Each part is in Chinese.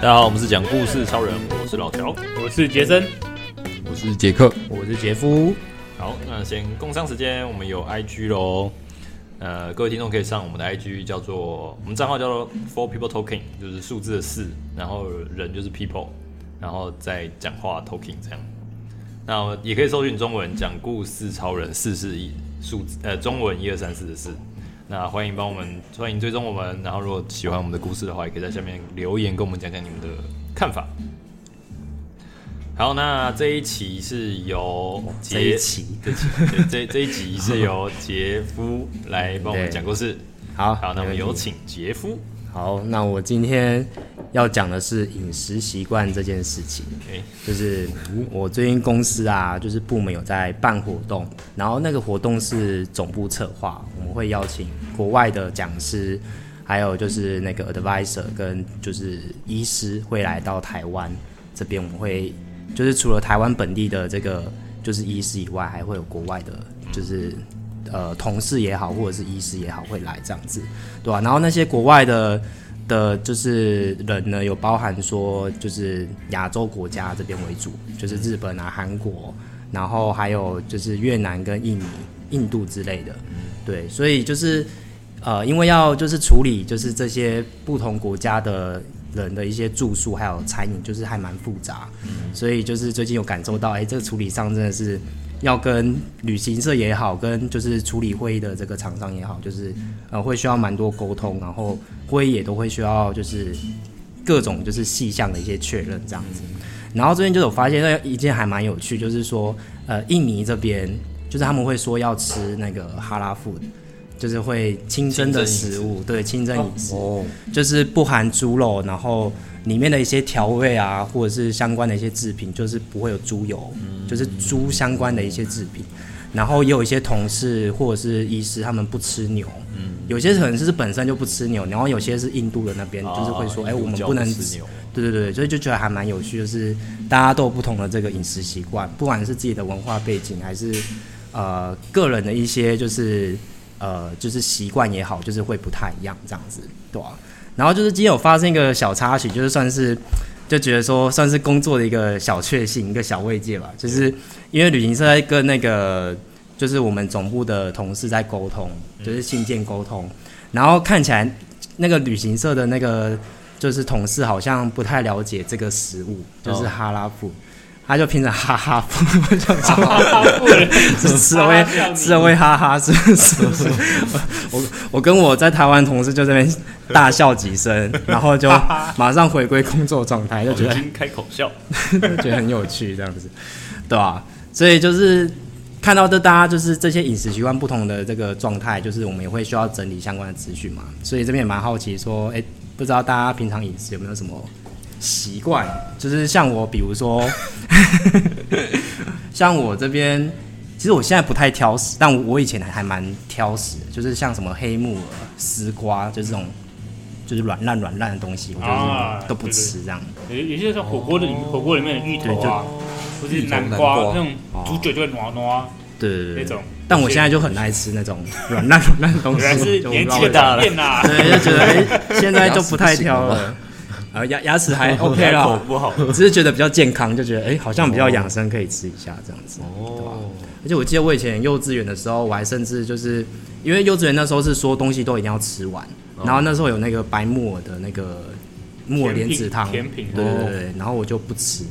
大家好，我们是讲故事超人，我是老乔。我是杰森，我是杰克，我是杰夫，好，那先工商时间，我们有 IG 喽。呃，各位听众可以上我们的 IG，叫做我们账号叫做 Four People Talking，就是数字的四，然后人就是 people，然后再讲话 talking 这样。那也可以搜寻中文讲故事超人四是一数字呃中文一二三四的四。那欢迎帮我们欢迎追踪我们，然后如果喜欢我们的故事的话，也可以在下面留言跟我们讲讲你们的看法。好，那这一期是由这杰一期这期对 这这一集是由杰夫来帮我们讲故事。好好，那我们有啊问题请杰夫。好，那我今天要讲的是饮食习惯这件事情。 OK，就是我最近公司啊，就是部门有在办活动，然后那个活动是总部策划，我们会邀请国外的讲师，还有就是那个 advisor 跟就是医师会来到台湾这边，我们会就是除了台湾本地的这个就是医师以外，还会有国外的，就是呃同事也好，或者是医师也好会来这样子，对吧、然后那些国外的。的就是人呢，有包含说就是亚洲国家这边为主，就是日本啊、韩国，然后还有就是越南跟印尼、印度之类的，对，所以就是呃，因为要就是处理就是这些不同国家的人的一些住宿还有餐饮，就是还蛮复杂，所以就是最近有感受到，哎、这个处理上真的是要跟旅行社也好，跟就是处理会议的这个厂商也好，就是呃会需要蛮多沟通，然后会议也都会需要就是各种就是细项的一些确认这样子。然后最近就有发现到一件还蛮有趣，就是说呃印尼这边就是他们会说要吃那个哈拉 food，就是会清真的清真饮食食物，对清真饮食。哦，就是不含猪肉，然后里面的一些调味啊，或者是相关的一些制品，就是不会有猪油，就是猪相关的一些制品。然后也有一些同事或者是医师，他们不吃牛，有些可能是本身就不吃牛，然后有些是印度的那边就是会说，哎、啊我们印度不能教吃牛对对对，所以就觉得还蛮有趣，就是大家都有不同的这个饮食习惯，不管是自己的文化背景，还是呃个人的一些就是呃就是习惯也好，就是会不太一样这样子，对啊。然后就是今天有发生一个小插曲，就是算是就觉得说算是工作的一个小确幸，一个小慰藉吧，就是因为旅行社在跟那个就是我们总部的同事在沟通，就是信件沟通，然后看起来那个旅行社的那个就是同事好像不太了解这个食物，就是哈拉布。他就拼成哈哈 布，我想说是 吃了哈哈会笑吃了会哈哈，是不是？我我跟我在台湾同事就这边大笑几声，然后就马上回归工作状态，就觉已得经开口笑。 觉得很有趣，这样子，对吧、所以就是看到这大家就是这些饮食习惯不同的这个状态，就是我们也会需要整理相关的资讯嘛。所以这边也蛮好奇说，哎、不知道大家平常饮食有没有什么习惯？就是像我，比如说， 像我这边。其实我现在不太挑食，但我以前还还蛮挑食的，就是像什么黑木耳、丝瓜，就是这种就是软烂软烂的东西，我啊就是都不对对吃这样。有有些像火锅的里火锅里面的芋头啊，或是南哦芋头南瓜哦瓜那种煮久就会啊暖暖 对对对对那种。但我现在就很爱吃那种 软烂软烂的东西，原来是就年纪不的知道转变啊为啦，什么对，就觉得哎、现在就不 太挑了，呃，牙牙齿 还 OK 口了，不好。 只是觉得比较健康，就觉得哎、好像比较养生，可以吃一下这样子。哦，而且我记得我以前幼稚园的时候，我还甚至就是因为幼稚园那时候是说东西都一定要吃完，哦然后那时候有那个白木耳的那个木耳莲子汤，甜品哦对对对对，然后我就不吃。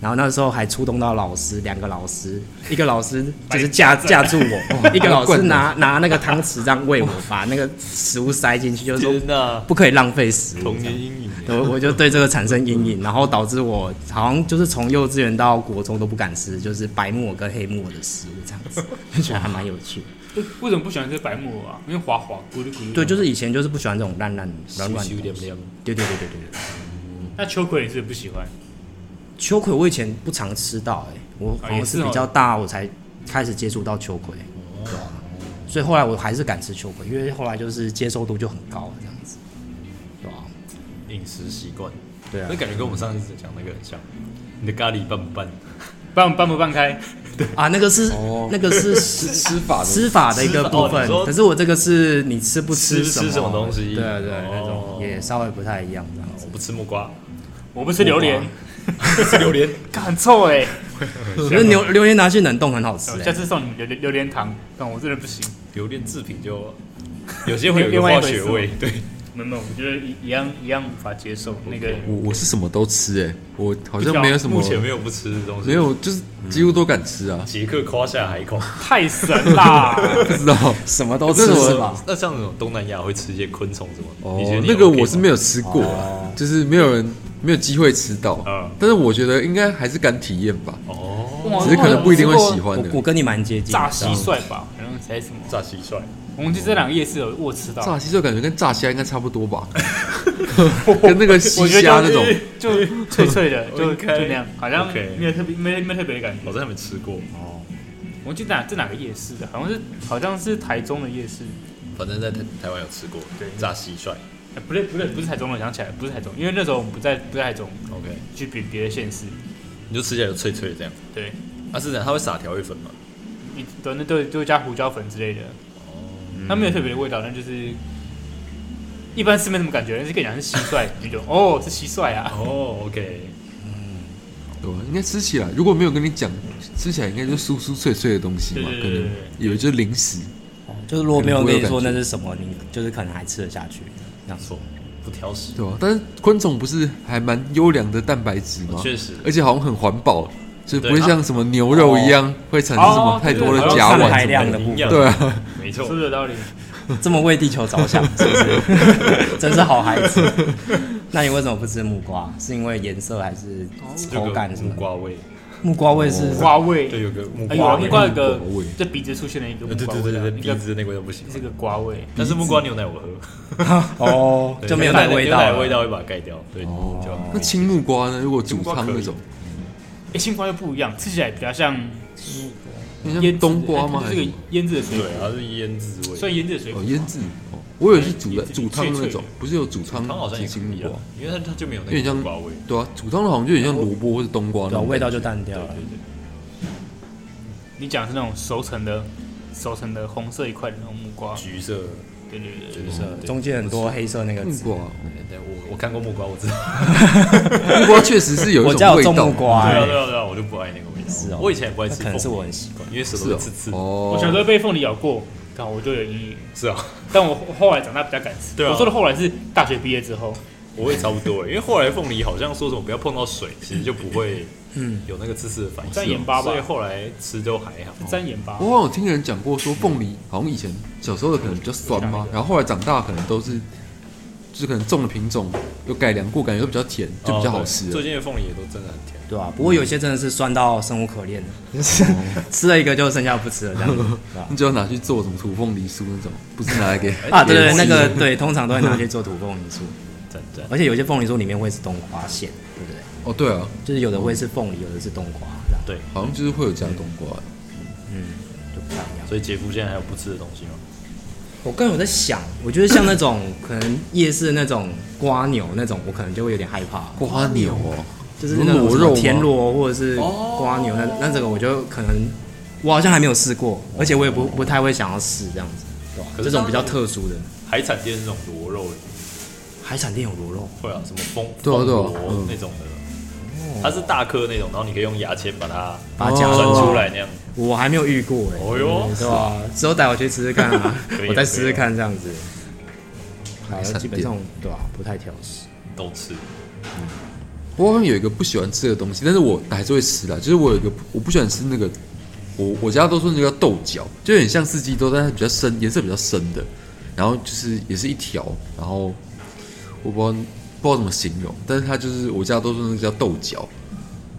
然后那时候还触动到老师，两个老师，嗯一个老师就是架架住 我，哦一个老师拿拿那个汤匙这样喂我，把那个食物塞进去，就是说天哪，不可以浪费食物。童年阴影。 我我就对这个产生阴影，然后导致我好像就是从幼稚园到国中都不敢吃，就是白木耳跟黑木耳的食物这样子，就觉得还蛮有趣的。对 为什么不喜欢吃白木耳啊？因为滑滑咕噜咕噜。对，就是以前就是不喜欢这种烂烂软软的羞羞东西脸脸。对对对对对对。那秋葵你是不喜欢，秋葵我以前不常吃到、哎，我好像是比较大我才开始接触到秋葵，对啊所以后来我还是敢吃秋葵，因为后来就是接受度就很高了这样子，对吧、饮食习惯，对啊那感觉跟我们上一次讲那个很像。你的咖喱拌不拌？拌拌不拌开？啊，那个是、哦那个 是吃吃法的吃法的一个部哦分你，说可是我这个是你吃不吃什吃什么东西对啊对，那哦种也稍微不太一样这样子我。不吃木瓜，我不吃榴莲，啊吃榴莲。干很臭 哎、我觉得榴榴莲拿去冷冻很好吃我欸下次送你榴榴榴莲糖，但我真的不行。 榴莲制品就有些会有一个化学味，对，没有没有，我觉得一一样一样无法接受那个。我我是什么都吃哎、我不好知像道没有什么目，前没有不吃的东西。没有就是几乎都敢吃啊，杰克夸下海口， 太神啦！不知道。什么都这吃是我是吧？那像那种东南亚会吃一些昆虫什么？你觉得哦，你那个 OK 吗我是没有吃过啊，就是没有人没有机会吃到嗯，但是我觉得应该还是敢体验吧，哦，哇 只是可能不一定会喜欢我的我。跟你蛮接近的，炸蟋蟀吧，好像才什么？炸蟋蟀，我们去这两个夜市有我吃到，炸蟋蟀感觉跟炸虾应该差不多吧，跟那个我西觉虾得那种就。是就 脆脆的，就就 OK 那样，好像 OK 没有特别没没特别的感觉我。真的没吃过。我记得哪这哪个夜市的，好像是好像是台中的夜市，反正在台台湾有吃过，对炸蟋蟀。哎不对不对不是台中的，想起来了不是台中，因为那时候我们不在不在台中， OK，去别别的县市。你就吃起来就脆脆的这样。对，啊，是这样，它会撒调味粉吗？一对那对就加胡椒粉之类的，它没有特别的味道，那就是一般是没什么感觉，但是跟你讲是蟋蟀，你就哦是蟋蟀啊，哦，OK，对，应该吃起来，如果没有跟你讲，吃起来应该就酥酥脆脆的东西嘛，对可对对能对对以为就是零食。就是如果没有人跟你说可能那不会有感觉是什么，你就是可能还吃得下去。这样不错，不挑食。对吧、但是昆虫不是还蛮优良的蛋白质吗？哦确实而且好像很环保，就不对会像什么牛肉一样、会产生什么哦太多的对对甲好像烷排什么量的。的部分营养对，啊，没是错不。 是有道理？这么为地球着想，是不 是？真是好孩子。那你为什么不吃木瓜？是因为颜色还是有口哦个感什么木？瓜味，木瓜味是花味，对，有个木哎有瓜啊味呃木。瓜有木个瓜味这鼻子出现了一个木对对瓜对味啊，对对，一鼻个子那个味道不行这。个瓜味，但是木瓜牛奶我喝，啊哦，就没有那个味牛道奶了。味道会把它盖掉。对，哦就那青木瓜呢？如果煮青木瓜汤可以那种，哎青瓜又不一样，吃起来比较像那腌像制冬瓜哎吗？它还就是是个什么腌制的水对，果，它是腌制味。算腌制的水果哦，。腌制。哦，我以为是煮的对煮汤那脆脆种的，不是有煮汤汤好像煮也可青木以瓜啊，，因为它它就没有有那点个像木瓜味。对啊，煮汤的好像就有点像萝卜或者冬瓜那对，啊种味道就淡掉对了对。对，你讲的是那种熟成的熟成的红色一块的那种木瓜，橘色，对对对对。橘色。对嗯中间很多黑色那个木籽。瓜 哦。对我我看过木瓜，我知道。木瓜确实是有我一家种有味种木道，瓜、对啊欸，对啊对啊，我就不爱那个味道。是哦我以前也不爱那吃，可能是我很习惯。因为舌是头哦刺刺。哦，我小时候被凤梨咬过，然后我就有阴影。是啊， 但我后后来长大比较敢吃。对啊我说的后来是大学毕业之后，我也差不多欸，因为后来凤梨好像说什么不要碰到水，其实就不会嗯有那个刺刺的反应。沾盐巴吧所以后来吃都还好。沾盐巴。我好像有听人讲过，说凤梨好像以前小时候的可能比较酸嘛，然后后来长大可能都是，就是可能种的品种有改良过，感觉都比较甜，就比较好哦对吃了。最近的凤梨也都真的很甜。对啊，不过有些真的是酸到生无可恋了，嗯就是吃了一个就剩下不吃了这样 子，对吧你只要拿去做什么土凤梨酥那种，不是拿来给嗯啊，对对，那个对，通常都会拿去做土凤梨酥，赞赞。而且有些凤梨酥里面会是冬瓜馅，对不对？哦，对啊，就是有的会是凤梨，有的是冬瓜，这样嗯对，好像就是会有加冬瓜。就不太一样。所以杰夫现在还有不吃的东西吗？我刚才有在想，我觉得像那种可能夜市那种瓜牛那种，我可能就会有点害怕，瓜牛哦，就是那种螺什么肉吗田螺或者是哦瓜牛那那这个我就可能我好像还没有试过，而且我也不不太会想要试这样子，对吧？哦可这是种比较特殊的海产店那种螺肉海产店有螺肉，会啊，什么蜂对啊蜂对啊螺嗯那种的，它是大颗那种，然后你可以用牙签把它把它夹钻出出来，来那样。我还没有遇过哎、哦哟，对吧？之后带我去吃吃看啊 可以啊，我再试试看这样子。海好，产基本上店对吧、不太挑食。都吃。我好像有一个不喜欢吃的东西，但是我还是会吃啦。就是我有一个我不喜欢吃那个，我我家都说那个叫豆角，就有点像四季豆，但是它比较深，颜色比较深的。然后就是也是一条，然后我不知道不知道怎么形容，但是它就是我家都说那个叫豆角，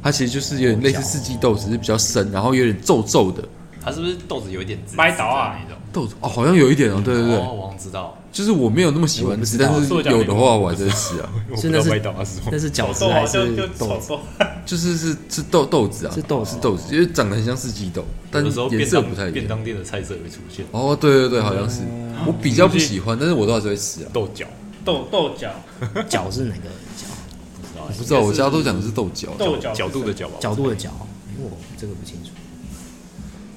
它其实就是有点类似四季豆，只是比较深，然后有点皱皱的它是不是豆子有一点紫？麦倒啊那种。豆子哦，好像有一点哦，对对对，哦，我好像知道。就是我没有那么喜欢吃，我不知道但是豆角有你的话我还是会吃啊，我不是知那道是麦倒啊是什么那是饺子豆还啊，就是就豆炒子？豆，哦就是是是豆豆子啊，是豆子是豆子，因为长得很像四季豆，但有的时候颜便色不太当一便样。当店的菜色也会出现哦，对对对，好像是。我比较不喜欢，但是我都还是会吃啊。豆角，豆豆角，角是哪个角？不知道我不知道，我家都讲的是豆角。豆角角度的角吧，角度的角？我这个不清楚。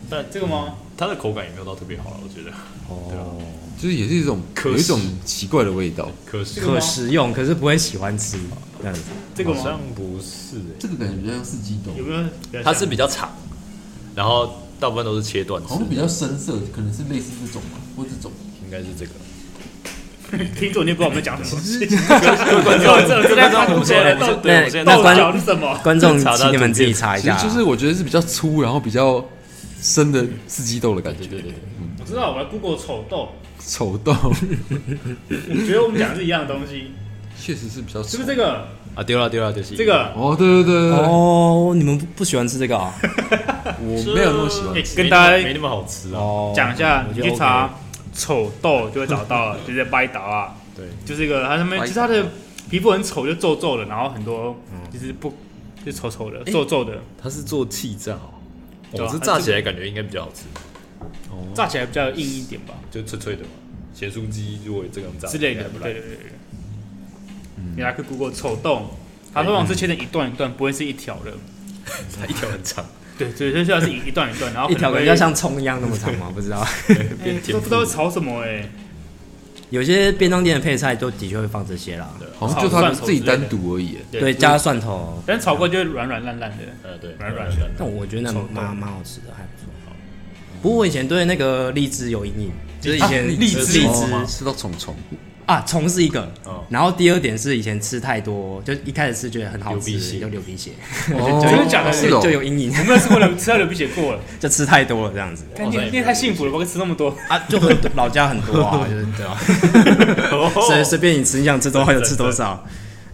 但这个吗？它的口感也没有到特别好了，我觉得。哦，就是也是一种可有一种惜奇怪的味道。可是这个吗可食用，可是不会喜欢吃这样子。这个好吗像？不是欸这个感觉比较像四季豆有没有比较像？它是比较长，然后大部分都是切断吃好，像比较深色，可能是类似这种吧，或这种。应该是这个。听众，你也不知道我们讲什么。 观众，观众，我们现在那对，我们现在到那底关讲什么？观 众，查到请你们图自片己查一其实下啊。就是我觉得是比较粗，然后比较深的四季豆的感觉。对对对，我知道，我来 Google 丑豆，丑豆我觉得我们讲的是一样的东西，确实是比较丑。是不是这个？啊，丢了丢了，就是这个哦，对对对对对，哦，你们不不喜欢吃这个啊？我没有那么喜欢哎吃。跟大家没那么好吃啊。哦，讲一下，我你觉得去 OK 查丑豆就会找到了，就是掰倒啊，对，就是一个它上面 白其实它的皮肤很丑，就皱皱的，然后很多就是不就是丑丑的、皱皱的，它是做气炸哦，对我啊是炸起来感觉应该比较好吃，炸起来比较硬一点吧就脆脆的嘛。咸酥鸡如果这样炸之类的应该。不赖对对对对，你来去 Google 丑豆，它通常是切成一段一段，不会是一条的。它一条很 长，对对，所以它是一一段一 段，然后一条可比能较会像葱一样那么长吗？不知 道。哎都不知道炒什么哎，有些便当店的配菜都的确会放这些啦，好像就他们自己单独而已。对嗯对，加蒜头，但炒过就会软软烂烂的。呃，对，软软的 但我觉得那臭豆蛮蛮好吃的，还不错。不过我以前对那个荔枝有阴影，就是以啊前荔枝荔哦枝吃到虫虫，啊，虫是一个哦，然后第二点是以前吃太多，就一开始是觉得很好流鼻吃，血就流鼻血，哦真的假的是 就就哦，有阴影，我没有吃过流吃到流鼻血过了， 就吃太多了这样子 干你你也太幸福了吧，我吃那么多。啊，就很老家很多 啊，就是对吧？哦随随便你吃，你想吃多少就吃多 少，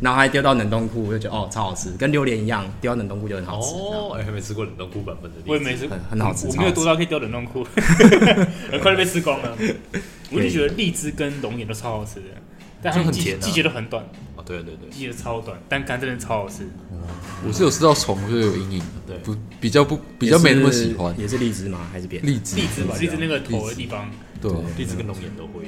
然后还丢到冷冻库，我就觉得哦超好吃，跟榴莲一样，丢到冷冻库就很好吃。哦，哎，还没吃过冷冻库版本的荔枝，我也没吃，很很好吃我超没好有吃多到可以丢冷冻库，很快就被吃光了。我就觉得荔枝跟龙眼都超好吃的，但它们就很季甜啊季节都很短，哦，对对对，季节超短，但干真的超好吃。我是有吃到虫，我就有阴影。对不比较不比较没那么喜欢也是荔枝吗？还是别的？荔枝，荔枝吧，嗯荔枝那个头荔的枝地方，对啊。荔枝跟龙眼都 会，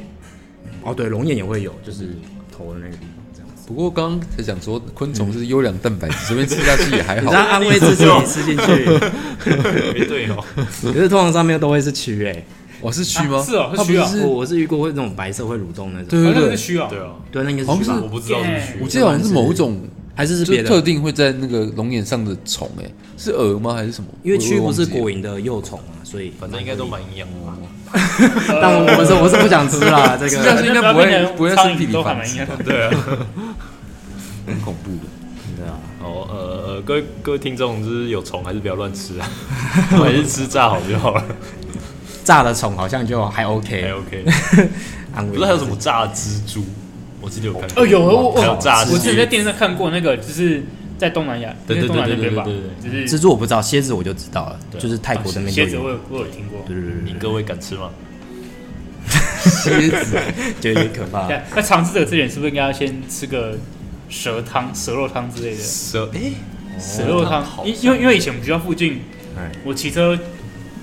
哦，对，龙眼也会有，就是头的那个地方这样子。不过刚刚才讲说昆虫是优良蛋白质，随便吃下去也还你好这。样安慰自己，你吃进去，哎，对哦，可是通常上面都会是蛆哎、 我是蛆吗？啊是哦它不是蛆啊我是，我是遇过会那种白色会蠕动那种，对好像对是对，需要。对啊，对，那应该是好像蛆是吧？我不知道是我蛆，记得好像是某种还是是就别是特的？定会在那个龙眼上的虫，哎，是蛾吗还是什么？因为蛆我不忘记是了果蝇的幼虫啊，所以 反正应该都蛮营养的吧。呃但我我是我是不想吃啦，这这样个是应该不会不会在身体里繁殖吧 对啊，很恐怖的。对啊，哦，呃呃，各位各位听众，就是有虫还是不要乱 吃啊，还是吃炸好就好了，炸的虫好像就还还哎 OK， OK。安慰。不是还有什么炸蜘蛛？我记得有看过。哦有我还有我炸我之前在蜘蛛。电视上看过那个，就是在东南亚，对因为对东对南对亚那边对吧对，就蜘是蛛我不知道，蝎子我就知道了，对就是泰国那边蝎就子有。我有我有听过，对对对你各位敢吃吗？蝎子，对，觉得有点可怕。对啊那尝试这个之前，是不是应该要先吃个蛇汤、蛇肉汤之类的？蛇哎，蛇肉汤好，因因为因为以前我们学校附近哎，我骑车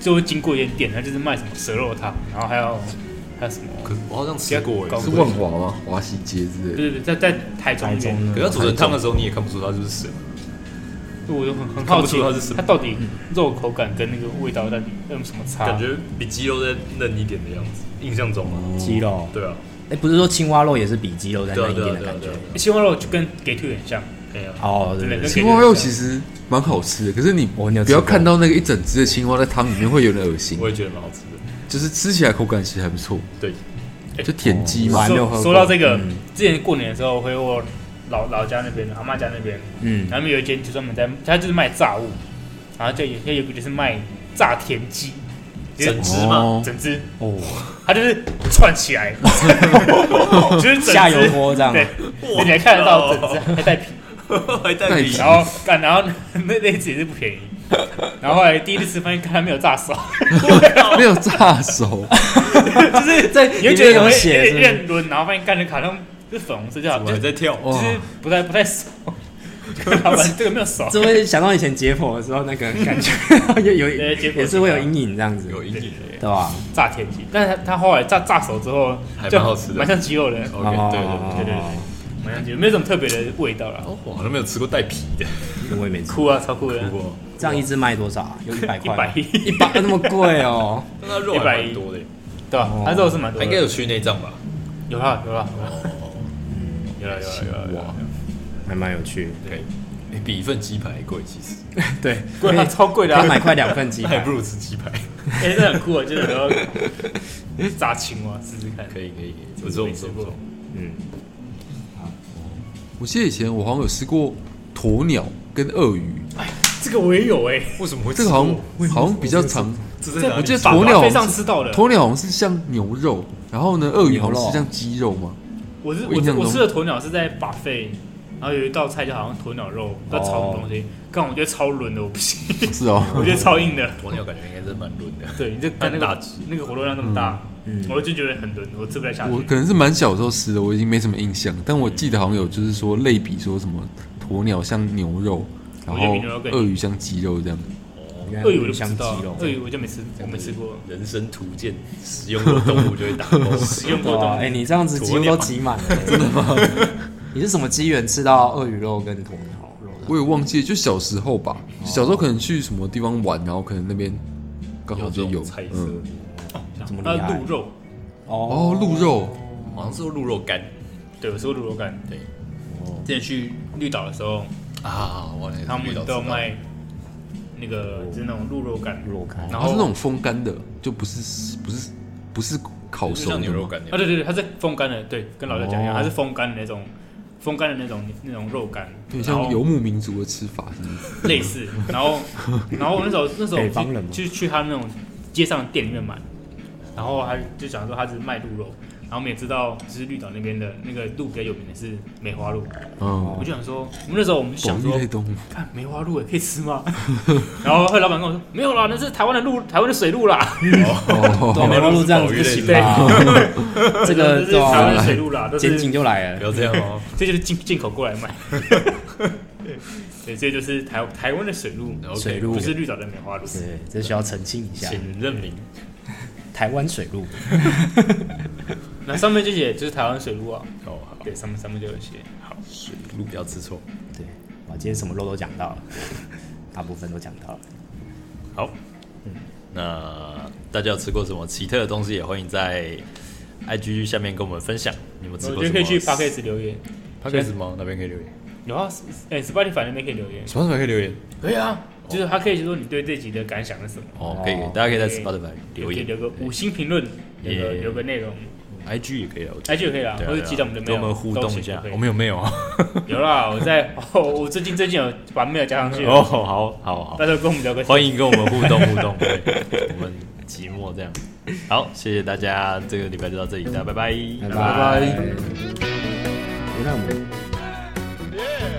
就会经过一间店，它就是卖什么蛇肉汤，然后还有还有什么，可是我好像吃过哎搞。是万华吗？华西街之类的。对对对，在在台中台那中边，可是它煮成汤的时候，你也看不出它就是蛇。我就很很好奇看不出它是什么嗯它到底肉口感跟那个味道到底有什么差？感觉比鸡肉再嫩一点的样子，印象中啊，鸡肉，对啊，哎，不是说青蛙肉也是比鸡哦肉再对啊嫩一对啊点的对啊感觉对啊，青欸蛙肉就跟给兔很像，哎呀，哦，对对对不对？对，青蛙肉其实蛮好吃的，可是你我没有吃不要过看到那个一整只的青蛙在汤里面会有点恶心我，也觉得蛮好吃的。就是吃起来口感其实还不错，对，就田鸡哦我嘛还。没有喝说过说到这个，嗯之前过年的时候回我老老家那边，阿妈家那边，嗯，然后有一间就专门在，它就是卖炸物，然后就有也有一个就是卖炸田鸡，就是整只嘛，哦整只， 哦，它就是串起 来，就是整只下油锅这样对，而且还看得到整只还带皮，还带带皮皮然后干，然后那那一只也是不便宜，然后后来第一次吃发现，看它没有炸熟，没有炸熟， 就是在你会里觉得面有有一血点是一不是？点轮，然后发现干的卡通是粉红色，就好我还就在跳，哇就是不太不太熟，就老板这个没有熟。这会想到以前解剖的时候那个感觉，有有对解剖也是会有阴影这样子，有阴影欸对吧？炸田鸡，但是他他后来炸炸熟之后，还就蛮好吃的蛮像鸡肉的，哦 OK，对对对对对对，蛮像鸡肉，没有什么特别的味道啦。哦，我好像没有吃过带皮的，我也没吃。酷啊，超酷的，不过这样一只卖多少啊？有一百块吗？ 100一百那么贵哦？但它肉还蛮多的耶， 对吧哦？它肉是蛮它多的，应该有去内脏吧？有啦有啦有啦， 有啦有啦有啦有啦，还蛮有趣。对，哎比一份鸡排还贵，其实对，贵啊，超贵的啊他，买快两份鸡那还排不，如吃鸡排。哎，这很酷啊，就是然后炸青蛙试试看，可以可以，可以不错不错不错。嗯，我记得以前我好像有吃过鸵鸟跟鳄鱼，这个我也有哎，为什么会这个好像好像比较常。这这在哪我里记得法鸵鸟非常吃到的，鸵鸟好像是像牛肉，然后呢，鳄鱼好像牛肉是像鸡肉嘛。我是我我印是象我中吃的鸵鸟是在 buffet，然后有一道菜就好像鸵鸟肉，不知道炒什么东西，干我觉得超轮的，我不行，是哦， 我觉得超硬的。鸵鸟感觉应该是蛮嫩的。对，你这干那很大个那个火肉量那么大，我就觉得很嗯轮，我吃不太下我去。可能是蛮小时候吃的，我已经没什么印象，但我记得好像有就是说类比说什么鸵鸟像牛肉，然我觉得后比牛肉更鳄鱼像鸡肉这样。原来鳄鱼我就不香知鸡道肉，鳄。鱼我就没吃，我没吃过，人生图鉴，使用过动物就会打勾。 使用过的哇，东哎、西。你这样子几乎都挤满 了，真的吗？你是什么机缘吃到鳄鱼肉跟鸵鸟肉的？我也忘记了，就小时候吧，小时候可能去什么地方玩，然后可能那边刚好就有有这种菜，色嗯，怎么呃厉害鹿肉，哦，鹿肉，好像是鹿肉干对，我吃过鹿肉干。对，之前去绿岛的时候，啊，我他们都有卖那个就是那种哦鹿肉哦干，鹿肉干然它是后那种风干的，就不是不是不是烤熟的像牛肉嘛。干啊，对对对，它是风干的，对，跟老廖讲一样，哦它是风干的那种，风干的那种那种肉干，对，然像后游牧民族的吃法是不是类似，然后然后我那时候那时候北方人吗去去去他那种街上的店里面买，然后他就讲说他只是卖鹿肉，然后我们也知道就是绿岛那边的那个鹿比较有名的是梅花鹿，嗯哦我，就想说，我们那时候我们就保想育说类。动物，看梅花鹿也可以吃吗？ 然后后来老板跟我说没有啦，那是台湾的鹿，台湾的水鹿啦，哦 对，哦梅花鹿这样子不行吧？ 这个这是台湾的水对鹿啦，吧？都监是禁就来不了，要这样哦。这就是进进口过来卖。 对，这就是台台湾的水鹿，水鹿不是绿岛的梅花鹿。对，这需要澄清一下。请认明，台湾水鹿，那上面就写就是台湾水鹿啊，哦，好，对，上面上面就有写。水鹿不要吃错。对，哇，今天什么肉都讲到了，大部分都讲到了。好，嗯那大家有吃过什么奇特的东西，也欢迎在 IG 下面跟我们分享。你们吃我过觉什得么？可以去 p o d c a s 留言， p a 吗？那边可以留言，有啊，哎，Spotify 那边可以留言。什么时候可以留言？可以啊，就是他可以说你对这集的感想是什么，哦哦，可以，大哦家可以在可以 Spotify 留可以言，留个五星评论，留个 Yeah 留个内容， IG 也可以啊，我觉得哎就可以了，对啊或者对啊寄到我们的跟 mail，我们互动一下都行。我们有没有啊？有啦，我在哦，我最近最近有把 mail 加上去哦，了，好好好大，家跟我们聊个欢迎跟我们互动互动，对，我们寂寞这样。好，谢谢大家，这个礼拜就到这里，大家拜拜，拜拜拜拜。诶那我们迎。